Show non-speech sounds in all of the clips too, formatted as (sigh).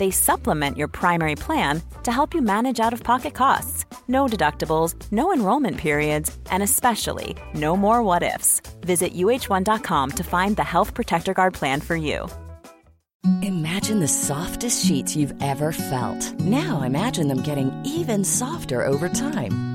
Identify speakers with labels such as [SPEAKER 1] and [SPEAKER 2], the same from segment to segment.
[SPEAKER 1] They supplement your primary plan to help you manage out of pocket costs. No deductibles, no enrollment periods, and especially no more what ifs. Visit uh1.com to find the Health Protector Guard plan for you.
[SPEAKER 2] Imagine the softest sheets you've ever felt. Now imagine them getting even softer over time.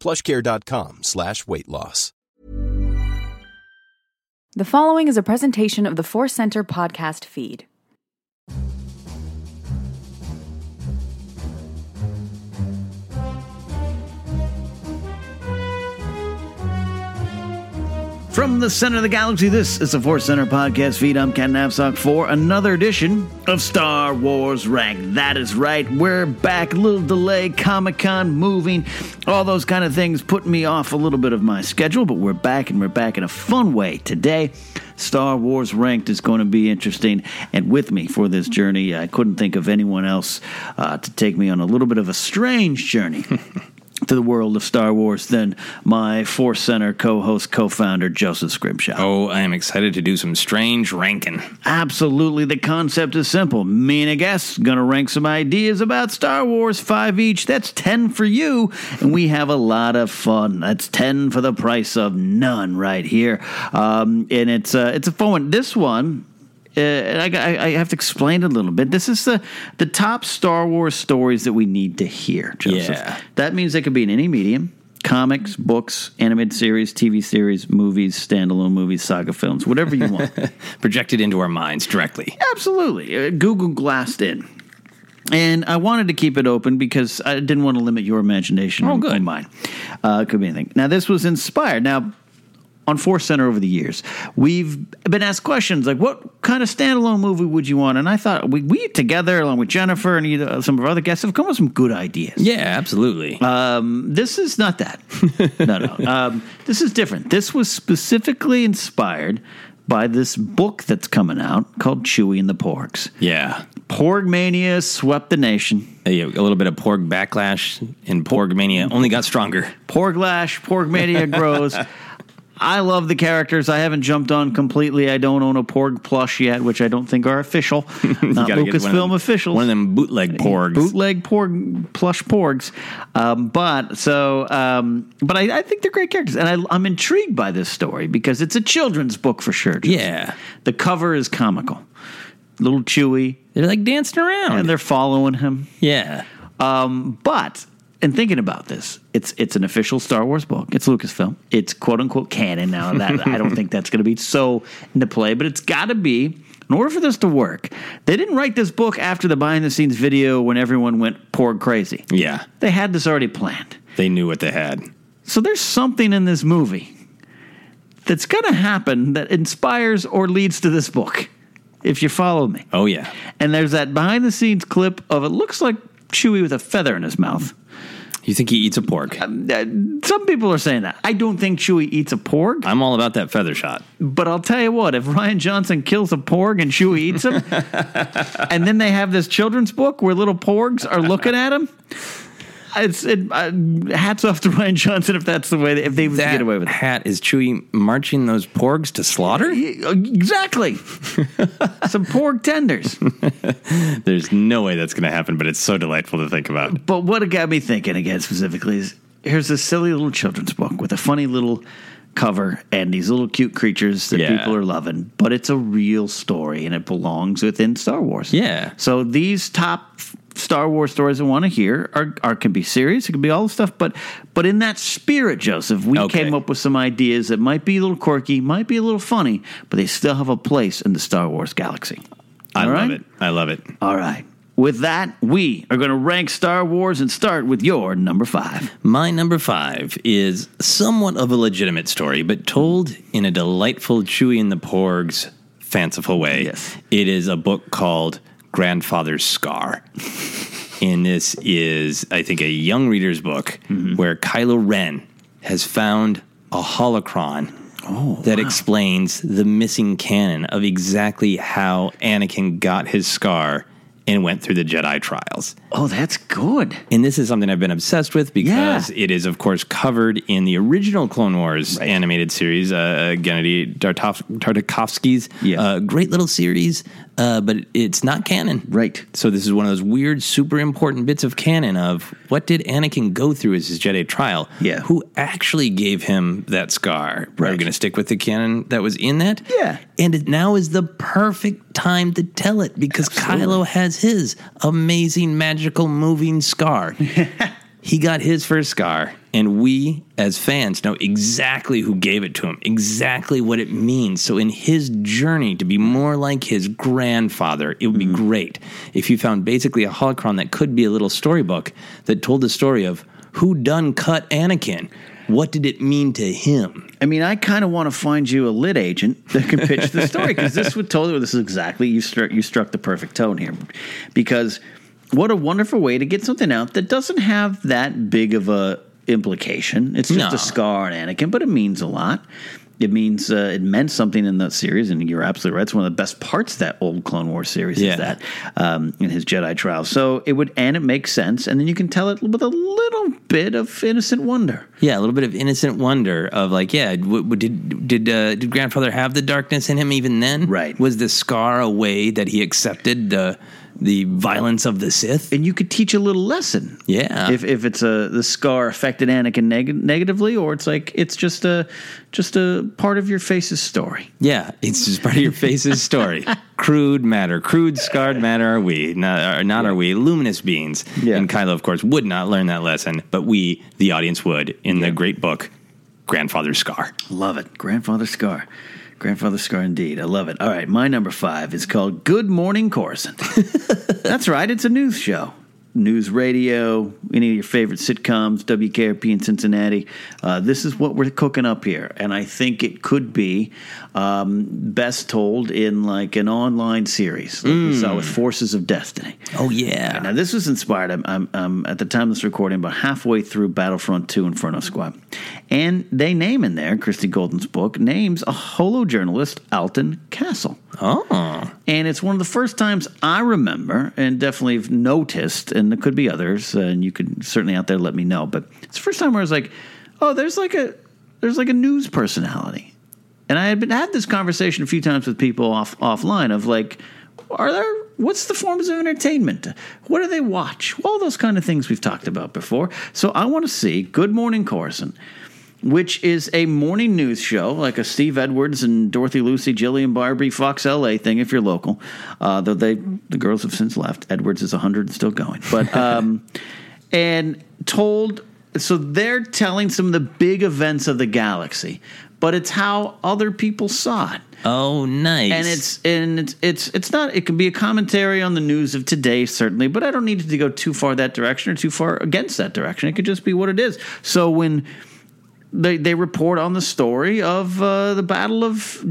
[SPEAKER 3] plushcare.com slash weight loss.
[SPEAKER 4] The following is a presentation of the Force Center podcast feed.
[SPEAKER 5] From the center of the galaxy, this is the Force Center podcast feed. I'm Ken Napsock for another edition of Star Wars Rank. That is right, we're back. Little delay, Comic Con moving, all those kind of things put me off a little bit of my schedule, but we're back and we're back in a fun way today. Star Wars Ranked is going to be interesting. And with me for this journey, I couldn't think of anyone else uh, to take me on a little bit of a strange journey. To the world of Star Wars, than my Force Center co host, co founder, Joseph Scrimshaw.
[SPEAKER 6] Oh, I am excited to do some strange ranking.
[SPEAKER 5] Absolutely. The concept is simple. Me and a guest going to rank some ideas about Star Wars, five each. That's 10 for you. And we have a lot of fun. That's 10 for the price of none right here. Um, and it's, uh, it's a fun one. This one. Uh, I, I, I have to explain it a little bit. This is the the top Star Wars stories that we need to hear, Joseph.
[SPEAKER 6] Yeah.
[SPEAKER 5] That means they could be in any medium comics, books, animated series, TV series, movies, standalone movies, saga films, whatever you want.
[SPEAKER 6] Projected into our minds directly.
[SPEAKER 5] Absolutely. Uh, Google glassed in. And I wanted to keep it open because I didn't want to limit your imagination
[SPEAKER 6] Oh,
[SPEAKER 5] or-
[SPEAKER 6] good.
[SPEAKER 5] or mine. Uh, it could be anything. Now, this was inspired. Now, on Force Center over the years, we've been asked questions like, "What kind of standalone movie would you want?" And I thought we, we together, along with Jennifer and either, some of our other guests, have come up with some good ideas.
[SPEAKER 6] Yeah, absolutely.
[SPEAKER 5] Um, this is not that. no,
[SPEAKER 6] (laughs)
[SPEAKER 5] no. Um, this is different. This was specifically inspired by this book that's coming out called Chewy and the Porgs.
[SPEAKER 6] yeah.
[SPEAKER 5] Porg mania swept the nation.
[SPEAKER 6] A, a little bit of Porg backlash and Porg mania only got stronger. (laughs)
[SPEAKER 5] Porglash, Porgmania grows. I love the characters. I haven't jumped on completely. I don't own a Porg plush yet, which I don't think are
[SPEAKER 6] (laughs)
[SPEAKER 5] official. Not
[SPEAKER 6] gotta get one of
[SPEAKER 5] Lucasfilm
[SPEAKER 6] them-
[SPEAKER 5] officials.
[SPEAKER 6] One of them bootleg Porgs.
[SPEAKER 5] Bootleg Porg plush Porgs. Um, but so, um, but I, I think they're great characters, and I, I'm intrigued by this story because it's a children's book for sure. Jason.
[SPEAKER 6] Yeah.
[SPEAKER 5] the cover is comical, little Chewy,
[SPEAKER 6] They're like dancing around.
[SPEAKER 5] and they're following him.
[SPEAKER 6] yeah.
[SPEAKER 5] But in thinking about this, it's it's an official Star Wars book. It's Lucasfilm. It's quote unquote canon now. That I don't think that's going to be so into play, but it's got to be. In order for this to work, they didn't write this book after the behind the scenes video when everyone went porg crazy.
[SPEAKER 6] Yeah.
[SPEAKER 5] They had this already planned.
[SPEAKER 6] They knew what they had.
[SPEAKER 5] So there's something in this movie that's going to happen that inspires or leads to this book, if you follow me.
[SPEAKER 6] Oh, yeah.
[SPEAKER 5] And there's that behind the scenes clip of it looks like Chewie with a feather in his mouth.
[SPEAKER 6] You think he eats a pork?
[SPEAKER 5] Uh, some people are saying that. I don't think Chewie eats a porg,
[SPEAKER 6] I'm all about that feather shot.
[SPEAKER 5] but I'll tell you what: if Ryan Johnson kills a porg and Chewie eats him, and then they have this children's book where little porgs are looking at him, it's it, uh, hats off to Ryan Johnson if that's the way if they
[SPEAKER 6] That
[SPEAKER 5] get away with it.
[SPEAKER 6] hat is Chewy marching those porgs to
[SPEAKER 5] (laughs)
[SPEAKER 6] slaughter?
[SPEAKER 5] Exactly, some porg tenders.
[SPEAKER 6] There's no way that's going to happen, but it's so delightful to think about.
[SPEAKER 5] But what it got me thinking again specifically is here's this silly little children's book with a funny little cover and these little cute creatures that
[SPEAKER 6] Yeah.
[SPEAKER 5] people are loving, but it's a real story and it belongs within Star Wars.
[SPEAKER 6] Yeah.
[SPEAKER 5] So these top f- Star Wars stories I want to hear are, are can be serious, it can be all the stuff, but but in that spirit, Joseph, we
[SPEAKER 6] Okay.
[SPEAKER 5] came up with some ideas that might be a little quirky, might be a little funny, but they still have a place in the Star Wars galaxy.
[SPEAKER 6] I
[SPEAKER 5] All
[SPEAKER 6] love
[SPEAKER 5] right?
[SPEAKER 6] it. I love it.
[SPEAKER 5] All right. With that, we are going to rank Star Wars and start with your number five.
[SPEAKER 6] My number five is somewhat of a legitimate story, but told in a delightful Chewy and the Porgs fanciful way.
[SPEAKER 5] Yes.
[SPEAKER 6] It is a book called Grandfather's Scar. and this is, I think, a young reader's book where Kylo Ren has found a holocron that explains the missing canon of exactly how Anakin got his scar and went through the Jedi trials.
[SPEAKER 5] Oh, that's good.
[SPEAKER 6] And this is something I've been obsessed with because
[SPEAKER 5] Yeah.
[SPEAKER 6] it is, of course, covered in the original Clone Wars animated series, uh, uh, Gennady Tartof- Tartakovsky's
[SPEAKER 5] Yeah.
[SPEAKER 6] uh, great little series, uh, but it's not canon.
[SPEAKER 5] Right.
[SPEAKER 6] So this is one of those weird, super important bits of canon of what did Anakin go through as his Jedi trial?
[SPEAKER 5] Yeah.
[SPEAKER 6] Who actually gave him that scar? Right. Are we going to stick with the canon that was in that?
[SPEAKER 5] Yeah.
[SPEAKER 6] And it now is the perfect time to tell it because Kylo has his amazing, magical, moving scar. he got his first scar, and we as fans know exactly who gave it to him, exactly what it means. So, in his journey to be more like his grandfather, it would be great if you found basically a holocron that could be a little storybook that told the story of who done cut Anakin. What did it mean to him?
[SPEAKER 5] I mean, I kind of want to find you a lit agent that can pitch the story because this would totally, this is exactly, you struck, you struck the perfect tone here. Because what a wonderful way to get something out that doesn't have that big of a implication. It's just
[SPEAKER 6] No.
[SPEAKER 5] a scar on Anakin, but it means a lot. It means uh, it meant something in that series, and you're absolutely right. It's one of the best parts of that old Clone Wars series
[SPEAKER 6] Yeah.
[SPEAKER 5] is that um, in his Jedi trial. So it would, and it makes sense, and then you can tell it with a little bit of innocent wonder.
[SPEAKER 6] Yeah, a little bit of innocent wonder of like, yeah, w- w- did did uh, did grandfather have the darkness in him even then?
[SPEAKER 5] Right.
[SPEAKER 6] Was the scar a way that he accepted the the violence of the Sith?
[SPEAKER 5] and you could teach a little lesson.
[SPEAKER 6] Yeah.
[SPEAKER 5] If if it's a the scar affected Anakin neg- negatively, or it's like it's just a just a part of your face's story.
[SPEAKER 6] Yeah, it's just part of your
[SPEAKER 5] (laughs)
[SPEAKER 6] face's story. Crude matter, crude scarred matter. Are we not? Are, not are we luminous beings?
[SPEAKER 5] Yeah.
[SPEAKER 6] And Kylo, of course, would not learn that lesson, but we, the audience, would in the great book, Grandfather's Scar.
[SPEAKER 5] Love it, grandfather scar, grandfather scar indeed. I love it. All right, my number five is called Good Morning Coruscant. That's right, it's a news show. news radio, any of your favorite sitcoms, WKRP in Cincinnati. Uh, this is what we're cooking up here, and I think it could be um, best told in like an online series, like we saw with Forces of Destiny.
[SPEAKER 6] Oh, yeah.
[SPEAKER 5] Now this was inspired. I'm, I'm, I'm at the time of this recording, about halfway through Battlefront Two: Inferno Squad, and they name in there Christy Golden's book names a holo journalist Alton Castle.
[SPEAKER 6] Oh.
[SPEAKER 5] And it's one of the first times I remember, and definitely have noticed, and there could be others, and you could certainly out there let me know. But it's the first time where I was like, oh, there's like a there's like a news personality, and I had been had this conversation a few times with people off offline of like, are there what's the forms of entertainment? What do they watch? All those kind of things we've talked about before. So I want to see Good Morning Corson which is a morning news show, like a Steve Edwards and Dorothy Lucy, Jillian Barbie, Fox LA thing, if you're local. Uh, though they, the girls have since left. Edwards is 100 and still going. But, um, and told, so they're telling some of the big events of the galaxy, but it's how other people saw it
[SPEAKER 6] Oh, nice.
[SPEAKER 5] and it's and it's it's it's not it can be a commentary on the news of today certainly but i don't need it to go too far that direction or too far against that direction it could just be what it is so when they, they report on the story of uh, the battle of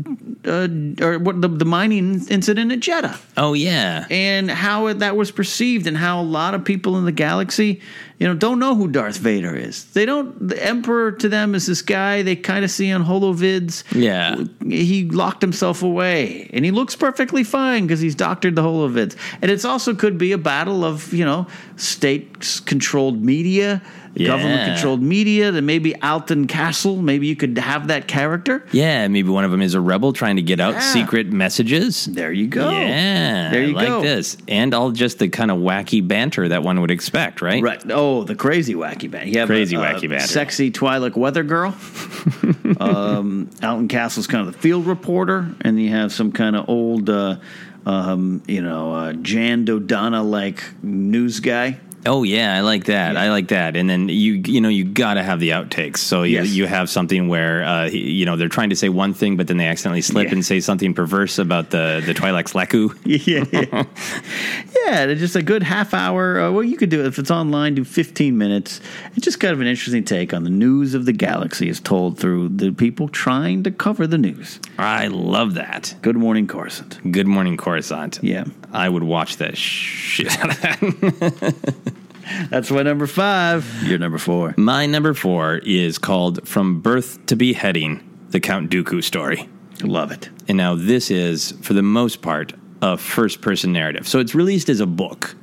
[SPEAKER 5] uh, or what the, the mining incident at Jeddah
[SPEAKER 6] oh, yeah.
[SPEAKER 5] and how it, that was perceived and how a lot of people in the galaxy you know don't know who darth vader is they don't the emperor to them is this guy they kind of see on holovids
[SPEAKER 6] Yeah.
[SPEAKER 5] he locked himself away and he looks perfectly fine because he's doctored the holovids and it's also could be a battle of you know state controlled media
[SPEAKER 6] Yeah.
[SPEAKER 5] government controlled media that maybe alton castle maybe you could have that character
[SPEAKER 6] Yeah, maybe one of them is a rebel trying to get out
[SPEAKER 5] Yeah.
[SPEAKER 6] secret messages.
[SPEAKER 5] there you go
[SPEAKER 6] Yeah,
[SPEAKER 5] there you
[SPEAKER 6] like
[SPEAKER 5] go
[SPEAKER 6] this, and all just the kind of wacky banter that one would expect, right?
[SPEAKER 5] Right. Oh, the crazy wacky band. You have
[SPEAKER 6] Crazy
[SPEAKER 5] a, a
[SPEAKER 6] wacky banter.
[SPEAKER 5] Sexy Twilight weather girl. um, Alton Castle's kind of the field reporter, and you have some kind of old, uh, um, you know, uh, Jan Dodonna like news guy.
[SPEAKER 6] Oh yeah, I like that. I like that. And then you you know you got to have the outtakes. So you,
[SPEAKER 5] Yes.
[SPEAKER 6] you have something where uh, he- you know they're trying to say one thing, but then they accidentally slip
[SPEAKER 5] Yeah.
[SPEAKER 6] and say something perverse about the the Twi'lek's Leku.
[SPEAKER 5] yeah, yeah, yeah. they're Just a good half hour. Uh, well, you could do it if it's online. Do fifteen minutes. It's just kind of an interesting take on the news of the galaxy is told through the people trying to cover the news.
[SPEAKER 6] I love that.
[SPEAKER 5] Good morning, Coruscant.
[SPEAKER 6] Good morning, Coruscant.
[SPEAKER 5] Yeah.
[SPEAKER 6] I would watch the shit (laughs) out of that.
[SPEAKER 5] That's my number five. You're number four.
[SPEAKER 6] My number four is called "From Birth to Beheading: The Count Dooku Story."
[SPEAKER 5] Love it.
[SPEAKER 6] And now this is, for the most part, a first person narrative. So it's released as a book,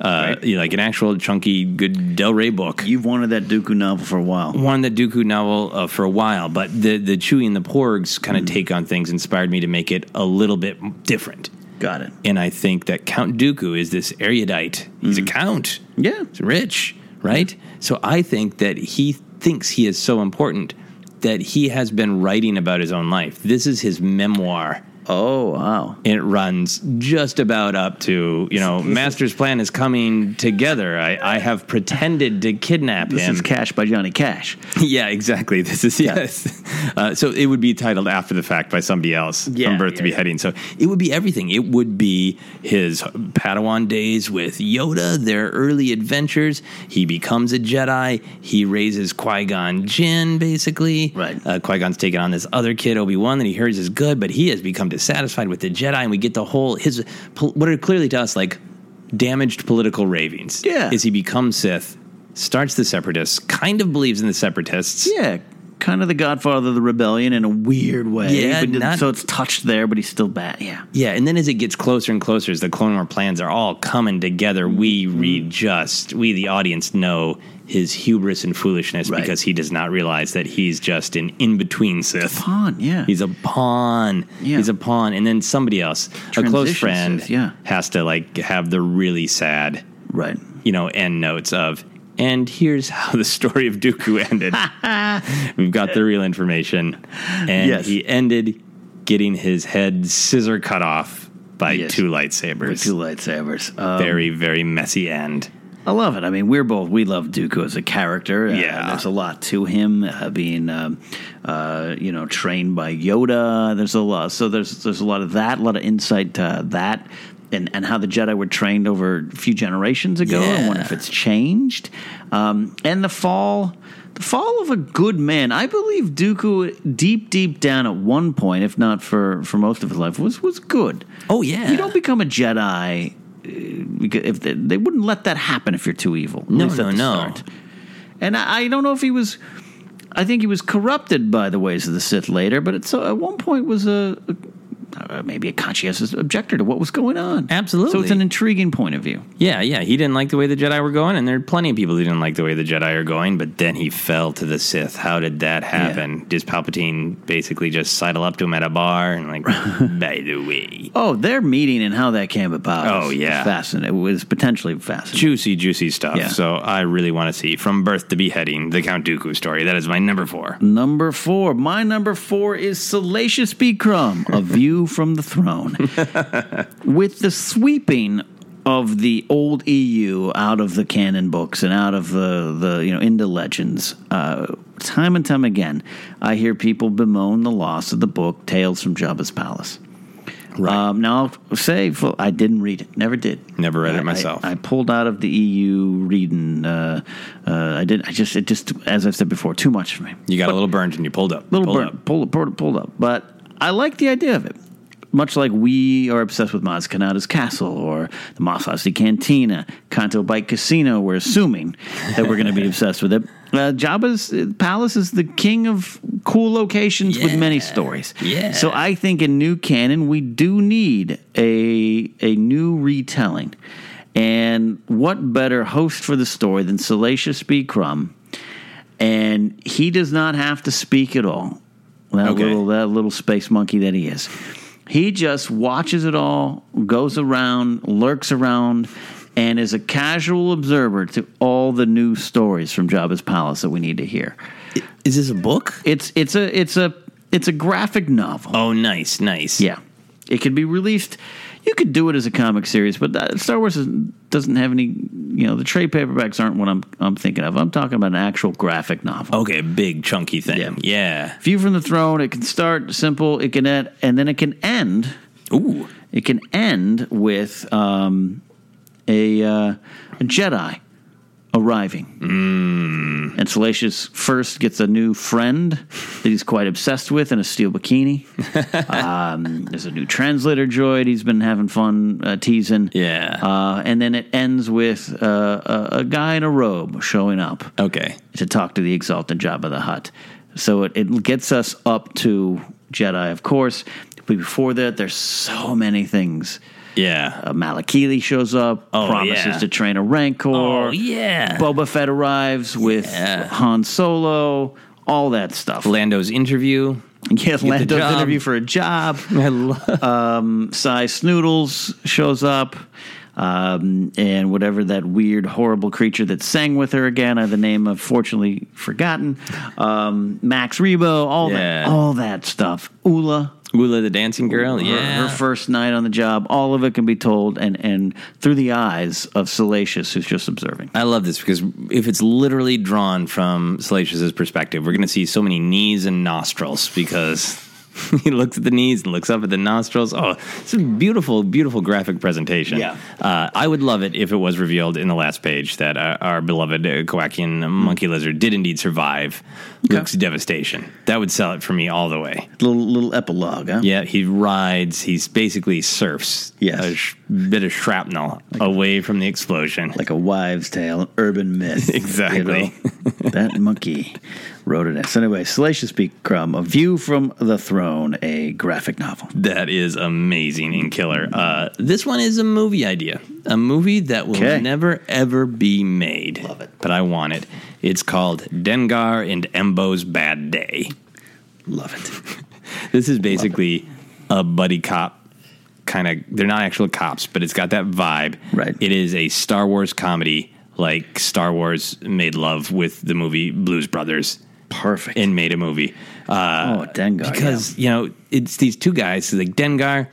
[SPEAKER 6] uh, you know, like an actual chunky, good Del Rey book.
[SPEAKER 5] You've wanted that Dooku novel for a while.
[SPEAKER 6] Wanted the Dooku novel uh, for a while, but the, the Chewie and the Porgs kind of take on things inspired me to make it a little bit different.
[SPEAKER 5] Got it.
[SPEAKER 6] And I think that Count Dooku is this erudite. He's a count.
[SPEAKER 5] Yeah.
[SPEAKER 6] He's rich, right? So I think that he thinks he is so important that he has been writing about his own life. This is his memoir.
[SPEAKER 5] Oh wow.
[SPEAKER 6] and it runs just about up to you know master's plan is coming together i, I have pretended to kidnap
[SPEAKER 5] This
[SPEAKER 6] him
[SPEAKER 5] is Cash by Johnny Cash.
[SPEAKER 6] (laughs) yeah exactly this is yes uh, so it would be titled after the fact by somebody else
[SPEAKER 5] Yeah,
[SPEAKER 6] from birth
[SPEAKER 5] yeah,
[SPEAKER 6] to beheading so it would be everything it would be his padawan days with yoda their early adventures he becomes a jedi he raises qui-gon jinn basically
[SPEAKER 5] Right.
[SPEAKER 6] uh, qui-gon's taking on this other kid obi-wan that he hears is good but he has become dissatisfied with the jedi and we get the whole his pol- what are clearly to us like damaged political ravings
[SPEAKER 5] Yeah.
[SPEAKER 6] is he becomes sith starts the separatists kind of believes in the separatists
[SPEAKER 5] Yeah. Kind of the Godfather of the Rebellion in a weird way.
[SPEAKER 6] Yeah,
[SPEAKER 5] But did-
[SPEAKER 6] not-
[SPEAKER 5] so it's touched there, but he's still bad. Yeah.
[SPEAKER 6] Yeah, and then as it gets closer and closer, as the Clone War plans are all coming together, we
[SPEAKER 5] Mm-hmm.
[SPEAKER 6] read just, we the audience know his hubris and foolishness
[SPEAKER 5] Right.
[SPEAKER 6] because he does not realize that he's just an in between Sith.
[SPEAKER 5] Pawn. Yeah.
[SPEAKER 6] He's a pawn.
[SPEAKER 5] Yeah.
[SPEAKER 6] He's a pawn. And then somebody else, a close
[SPEAKER 5] Transition
[SPEAKER 6] friend,
[SPEAKER 5] Sith, yeah.
[SPEAKER 6] has to like have the really sad,
[SPEAKER 5] right.
[SPEAKER 6] you know, end notes of, and here's how the story of Dooku (laughs) ended. We've got the real information. And
[SPEAKER 5] Yes.
[SPEAKER 6] he ended getting his head scissor cut off by
[SPEAKER 5] Yes.
[SPEAKER 6] two lightsabers.
[SPEAKER 5] With two lightsabers. Um,
[SPEAKER 6] very, very messy end.
[SPEAKER 5] I love it. I mean, we're both we love Dooku as a character. Uh,
[SPEAKER 6] Yeah.
[SPEAKER 5] there's a lot to him uh, being, um, uh, you know, trained by Yoda. There's a lot. So there's there's a lot of that. A lot of insight to that. and, and how the Jedi were trained over a few generations ago. I wonder if
[SPEAKER 6] Yeah.
[SPEAKER 5] it's changed. Um, and the fall, the fall of a good man. I believe Dooku, deep deep down at one point, if not for for most of his life, was was good.
[SPEAKER 6] Oh, yeah.
[SPEAKER 5] You don't become a Jedi. uh, Because if they, they wouldn't let that happen if you're too evil. at
[SPEAKER 6] No,
[SPEAKER 5] least at
[SPEAKER 6] no,
[SPEAKER 5] the
[SPEAKER 6] no.
[SPEAKER 5] start. And I, I don't know if he was. I think he was corrupted by the ways of the Sith later, but it's, uh, at one point was a, a uh, maybe a conscientious objector to what was going on.
[SPEAKER 6] Absolutely.
[SPEAKER 5] So it's an intriguing point of view.
[SPEAKER 6] Yeah, yeah. He didn't like the way the Jedi were going, and there are plenty of people who didn't like the way the Jedi are going, but then he fell to the Sith. How did that happen? Does Palpatine basically just sidle up to him at a bar and, (laughs) like, by the way?
[SPEAKER 5] Oh, their meeting and how that came about.
[SPEAKER 6] Oh,
[SPEAKER 5] was
[SPEAKER 6] yeah.
[SPEAKER 5] fascinating. It was potentially fascinating.
[SPEAKER 6] Juicy, juicy stuff.
[SPEAKER 5] Yeah.
[SPEAKER 6] So I really want to see From Birth to Beheading, the Count Dooku story. That is my number four.
[SPEAKER 5] Number four. My number four is Salacious B. Crumb, A View from the
[SPEAKER 6] (laughs)
[SPEAKER 5] Throne. With the sweeping of the old EU out of the canon books and out of the, the you know, into legends, uh, time and time again, I hear people bemoan the loss of the book Tales from Jabba's Palace. Um, now, I'll say well, I didn't read it. Never did.
[SPEAKER 6] Never read it
[SPEAKER 5] I-
[SPEAKER 6] myself.
[SPEAKER 5] I, I pulled out of the EU reading. Uh, uh, I did. I just. It just. As I've said before, too much for me.
[SPEAKER 6] You got a little burned and you pulled up.
[SPEAKER 5] Little
[SPEAKER 6] Pulled
[SPEAKER 5] burn,
[SPEAKER 6] up.
[SPEAKER 5] pulled, pulled, pulled up. But I like the idea of it. Much like we are obsessed with Maz Kanata's castle or the Mos Eisley Cantina, Kanto Bike Casino, we're assuming that we're going to be obsessed with it. Uh, Jabba's uh, palace is the king of cool locations with many stories.
[SPEAKER 6] Yeah.
[SPEAKER 5] So I think in new canon we do need a a new retelling, and what better host for the story than Salacious B. Crumb? and he does not have to speak at all. That
[SPEAKER 6] Okay.
[SPEAKER 5] little that little space monkey that he is. He just watches it all, goes around, lurks around, and is a casual observer to all the new stories from Jabba's palace that we need to hear.
[SPEAKER 6] Is this a book?
[SPEAKER 5] It's it's a it's a it's a graphic novel.
[SPEAKER 6] Oh, nice, nice.
[SPEAKER 5] Yeah, it could be released. You could do it as a comic series, but that, Star Wars is, doesn't have any. You know, the trade paperbacks aren't what I'm I'm thinking of. I'm talking about an actual graphic novel.
[SPEAKER 6] Okay, big chunky thing.
[SPEAKER 5] Yeah.
[SPEAKER 6] Yeah.
[SPEAKER 5] View from the throne. It can start simple. It can end, and then it can end.
[SPEAKER 6] Ooh.
[SPEAKER 5] It can end with um, a, uh, a Jedi arriving, and Salacious first gets a new friend that he's quite obsessed with in a steel bikini. um, there's a new translator droid he's been having fun uh, teasing.
[SPEAKER 6] Yeah.
[SPEAKER 5] uh, and then it ends with uh, a, a guy in a robe showing up
[SPEAKER 6] Okay.
[SPEAKER 5] to talk to the exalted Jabba the Hutt. So it, it gets us up to Jedi, of course. But before that, there's so many things.
[SPEAKER 6] Yeah.
[SPEAKER 5] Uh, Malakili shows up,
[SPEAKER 6] Oh,
[SPEAKER 5] promises
[SPEAKER 6] yeah.
[SPEAKER 5] to train a Rancor.
[SPEAKER 6] Oh, yeah.
[SPEAKER 5] Boba Fett arrives with
[SPEAKER 6] Yeah.
[SPEAKER 5] Han Solo, all that stuff.
[SPEAKER 6] Lando's interview. (laughs)
[SPEAKER 5] yeah,
[SPEAKER 6] the
[SPEAKER 5] Lando's
[SPEAKER 6] job.
[SPEAKER 5] interview for a job.
[SPEAKER 6] I love
[SPEAKER 5] Cy Snoodles shows up, um, and whatever that weird, horrible creature that sang with her again, uh, the name I've fortunately forgotten, um, Max Rebo, all that,
[SPEAKER 6] Yeah.
[SPEAKER 5] all that stuff. Ula,
[SPEAKER 6] Wula the dancing girl.
[SPEAKER 5] her- her,
[SPEAKER 6] yeah.
[SPEAKER 5] first night on the job, all of it can be told, and and through the eyes of Salacious, who's just observing.
[SPEAKER 6] I love this because if it's literally drawn from Salacious's perspective, we're going to see so many knees and nostrils because (laughs) he looks at the knees and looks up at the nostrils. Oh, it's a beautiful, beautiful graphic presentation.
[SPEAKER 5] Yeah.
[SPEAKER 6] Uh, I would love it if it was revealed in the last page that uh, our beloved uh, Kowakian monkey lizard did indeed survive Luke's devastation. That would sell it for me all the way.
[SPEAKER 5] Little little epilogue, huh?
[SPEAKER 6] Yeah, he rides. He's basically surfs
[SPEAKER 5] Yes.
[SPEAKER 6] a sh- bit of shrapnel away from the explosion.
[SPEAKER 5] like a wives' tale, an urban myth.
[SPEAKER 6] Exactly.
[SPEAKER 5] know? that monkey wrote it. So anyway, Salacious B. Crumb, A View from the Throne, a graphic novel.
[SPEAKER 6] That is amazing and killer. Uh, this one is a movie idea, a movie that will
[SPEAKER 5] Okay.
[SPEAKER 6] never ever be made. Love it, but I want it. It's called Dengar and Embo's Bad Day.
[SPEAKER 5] Love it.
[SPEAKER 6] (laughs) This is basically a buddy cop kind of. They're not actual cops, but it's got that vibe.
[SPEAKER 5] Right.
[SPEAKER 6] It is a Star Wars comedy, like Star Wars made love with the movie Blues Brothers
[SPEAKER 5] Perfect.
[SPEAKER 6] and made a movie.
[SPEAKER 5] oh, Dengar.
[SPEAKER 6] because you know it's these two guys like Dengar,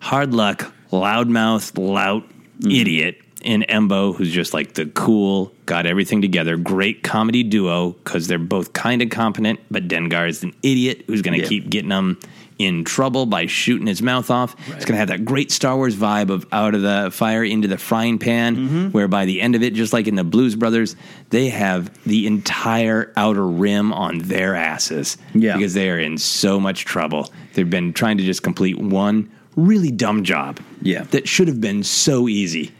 [SPEAKER 6] hard luck, loudmouth, lout,
[SPEAKER 5] Mm-hmm.
[SPEAKER 6] idiot, and Embo, who's just like the cool, got everything together, great comedy duo because they're both kind of competent, but Dengar is an idiot who's going to
[SPEAKER 5] Yeah.
[SPEAKER 6] keep getting them in trouble by shooting his mouth off. It's going to have that great Star Wars vibe of out of the fire into the frying pan,
[SPEAKER 5] Mm-hmm.
[SPEAKER 6] where by the end of it, just like in the Blues Brothers, they have the entire outer rim on their asses.
[SPEAKER 5] Yeah.
[SPEAKER 6] Because they are in so much trouble. They've been trying to just complete one really dumb job.
[SPEAKER 5] Yeah.
[SPEAKER 6] That should have been so easy.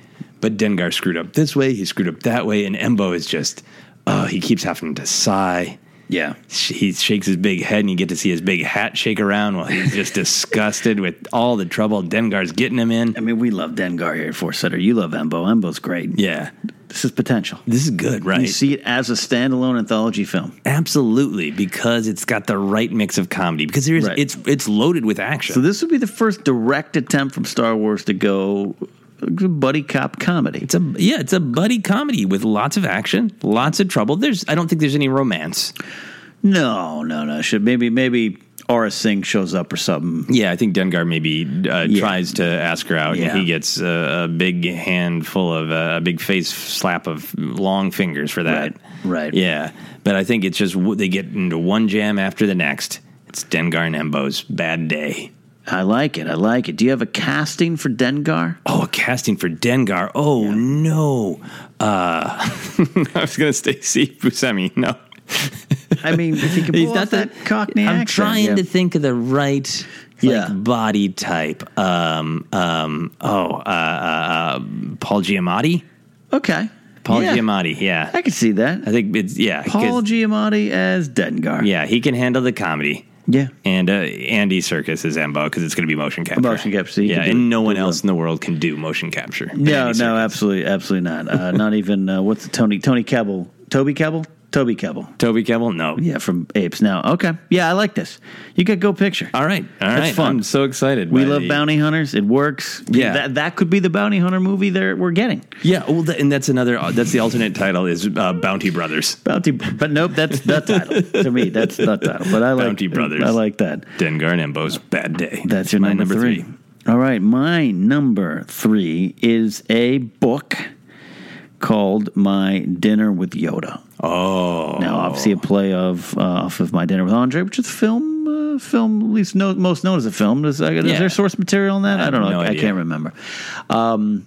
[SPEAKER 6] But Dengar screwed up this way, he screwed up that way, and Embo is just, oh, he keeps having to sigh
[SPEAKER 5] Yeah.
[SPEAKER 6] sh- he shakes his big head and you get to see his big hat shake around while he's just (laughs) disgusted with all the trouble Dengar's getting him in.
[SPEAKER 5] I mean, we love Dengar here at Four Setter. You love Embo. Embo's great.
[SPEAKER 6] Yeah.
[SPEAKER 5] This is potential.
[SPEAKER 6] This is good, right?
[SPEAKER 5] You see it as a standalone anthology film.
[SPEAKER 6] Absolutely, because it's got the right mix of comedy. Because there is,
[SPEAKER 5] Right.
[SPEAKER 6] it's it's loaded with action.
[SPEAKER 5] So this would be the first direct attempt from Star Wars to go buddy cop comedy.
[SPEAKER 6] it's a yeah, it's a buddy comedy with lots of action, lots of trouble. There's I don't think there's any romance.
[SPEAKER 5] no, no, no. Should maybe maybe Aura Singh shows up or something.
[SPEAKER 6] Yeah, I think Dengar maybe uh,
[SPEAKER 5] Yeah.
[SPEAKER 6] tries to ask her out,
[SPEAKER 5] Yeah.
[SPEAKER 6] and he gets a, a big handful of uh, a big face slap of long fingers for that.
[SPEAKER 5] Right, right.
[SPEAKER 6] Yeah, but I think it's just w- they get into one jam after the next. It's Dengar and Embo's bad day.
[SPEAKER 5] I like it. I like it. Do you have a casting for Dengar?
[SPEAKER 6] Oh, a casting for Dengar. Oh no! Uh, (laughs) I was gonna say see Buscemi. No,
[SPEAKER 5] I mean, if
[SPEAKER 6] (laughs)
[SPEAKER 5] he can pull off that
[SPEAKER 6] the-
[SPEAKER 5] Cockney
[SPEAKER 6] I'm
[SPEAKER 5] accent,
[SPEAKER 6] trying
[SPEAKER 5] yeah.
[SPEAKER 6] to think of the right like,
[SPEAKER 5] Yeah.
[SPEAKER 6] body type. Um, um, oh, uh, uh, uh, Paul Giamatti.
[SPEAKER 5] Okay.
[SPEAKER 6] Paul
[SPEAKER 5] yeah.
[SPEAKER 6] Giamatti. Yeah,
[SPEAKER 5] I can see that.
[SPEAKER 6] I think it's yeah. 'cause-
[SPEAKER 5] Paul Giamatti as Dengar.
[SPEAKER 6] yeah, he can handle the comedy.
[SPEAKER 5] Yeah.
[SPEAKER 6] And uh, Andy Circus is Embo because it's going to be motion capture.
[SPEAKER 5] Motion capture, so you
[SPEAKER 6] yeah,
[SPEAKER 5] can do
[SPEAKER 6] and
[SPEAKER 5] it-
[SPEAKER 6] no one
[SPEAKER 5] do it
[SPEAKER 6] else in the world can do motion capture.
[SPEAKER 5] No, no, absolutely, absolutely not. Uh, (laughs) not even uh, what's the Tony Tony Kebbell, Toby Kebbell, Toby Kebbell.
[SPEAKER 6] Toby Kebbell, no.
[SPEAKER 5] Yeah, from Apes. Now, okay, yeah, I like this. You got go picture.
[SPEAKER 6] All right, all right.
[SPEAKER 5] fun.
[SPEAKER 6] I'm so excited.
[SPEAKER 5] We
[SPEAKER 6] by
[SPEAKER 5] love
[SPEAKER 6] the-
[SPEAKER 5] bounty hunters. It works.
[SPEAKER 6] Yeah.
[SPEAKER 5] that that could be the bounty hunter movie there we're getting.
[SPEAKER 6] Yeah, well, th- and that's another. uh, that's the alternate title is uh, Bounty Brothers.
[SPEAKER 5] Bounty, but nope, that's
[SPEAKER 6] (laughs)
[SPEAKER 5] the title to me. That's the title. But I like
[SPEAKER 6] Bounty Brothers.
[SPEAKER 5] I like that.
[SPEAKER 6] Dengar and Embo's bad day.
[SPEAKER 5] That's your
[SPEAKER 6] My
[SPEAKER 5] number, three. All right, my number three is a book called My Dinner with Yoda.
[SPEAKER 6] Oh,
[SPEAKER 5] Now, obviously, a play of uh, off of My Dinner with Andre, which is a film, uh, film at least no, most known as a film. Is, is
[SPEAKER 6] Yeah.
[SPEAKER 5] there source material on that? I,
[SPEAKER 6] have
[SPEAKER 5] don't know.
[SPEAKER 6] no
[SPEAKER 5] I,
[SPEAKER 6] idea.
[SPEAKER 5] can't remember. Um,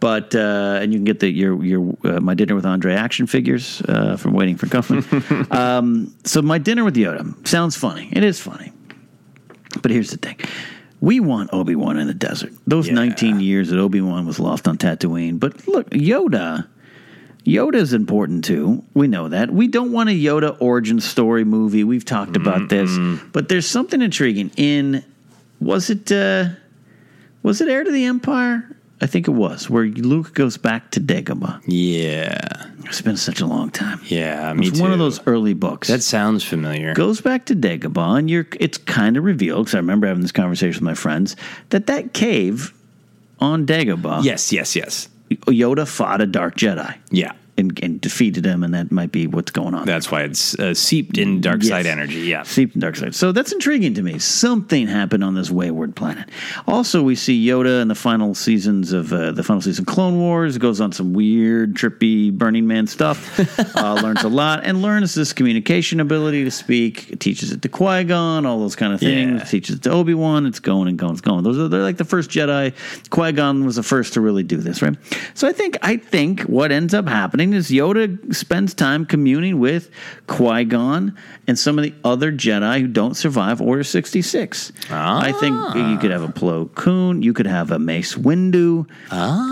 [SPEAKER 5] but uh, and you can get the your your uh, My Dinner with Andre action figures uh, from Waiting for Guffman. um, so My Dinner with Yoda sounds funny. It is funny. But here's the thing. We want Obi Wan in the desert. Those
[SPEAKER 6] Yeah.
[SPEAKER 5] 19 years that Obi Wan was lost on Tatooine. But look, Yoda, Yoda's important too. We know that. We don't want a Yoda origin story movie. We've talked about this.
[SPEAKER 6] Mm-hmm.
[SPEAKER 5] But there's something intriguing in was it uh, was it Heir to the Empire? I think it was where Luke goes back to Dagobah.
[SPEAKER 6] yeah,
[SPEAKER 5] It's been such a long time.
[SPEAKER 6] yeah. Me
[SPEAKER 5] it's
[SPEAKER 6] too.
[SPEAKER 5] one of those early books
[SPEAKER 6] That sounds familiar.
[SPEAKER 5] goes back to Dagobah, and you're, it's kind of revealed, because I remember having this conversation with my friends, that that cave on Dagobah,
[SPEAKER 6] Yes, yes, yes.
[SPEAKER 5] Yoda fought a Dark Jedi
[SPEAKER 6] Yeah,
[SPEAKER 5] and, and defeated him, and that might be what's going on.
[SPEAKER 6] that's why it's uh, seeped in dark
[SPEAKER 5] Yes.
[SPEAKER 6] side energy. Yeah,
[SPEAKER 5] Seeped in dark side. So that's intriguing to me. Something happened on this wayward planet. Also, we see Yoda in the final seasons of uh, the final season of Clone Wars. Goes on some weird, trippy Burning Man
[SPEAKER 6] (laughs)
[SPEAKER 5] stuff. uh, learns a lot and learns this communication ability to speak. Teaches it to Qui Gon, all those kind of things.
[SPEAKER 6] Yeah.
[SPEAKER 5] Teaches it to Obi Wan. It's going and going. It's going. Those are they're like the first Jedi. Qui Gon was the first to really do this, right? So I think I think what ends up happening is Yoda spends time communing with Qui Gon and some of the other Jedi who don't survive Order sixty six. I think you could have a Plo Koon, you could have a Mace Windu,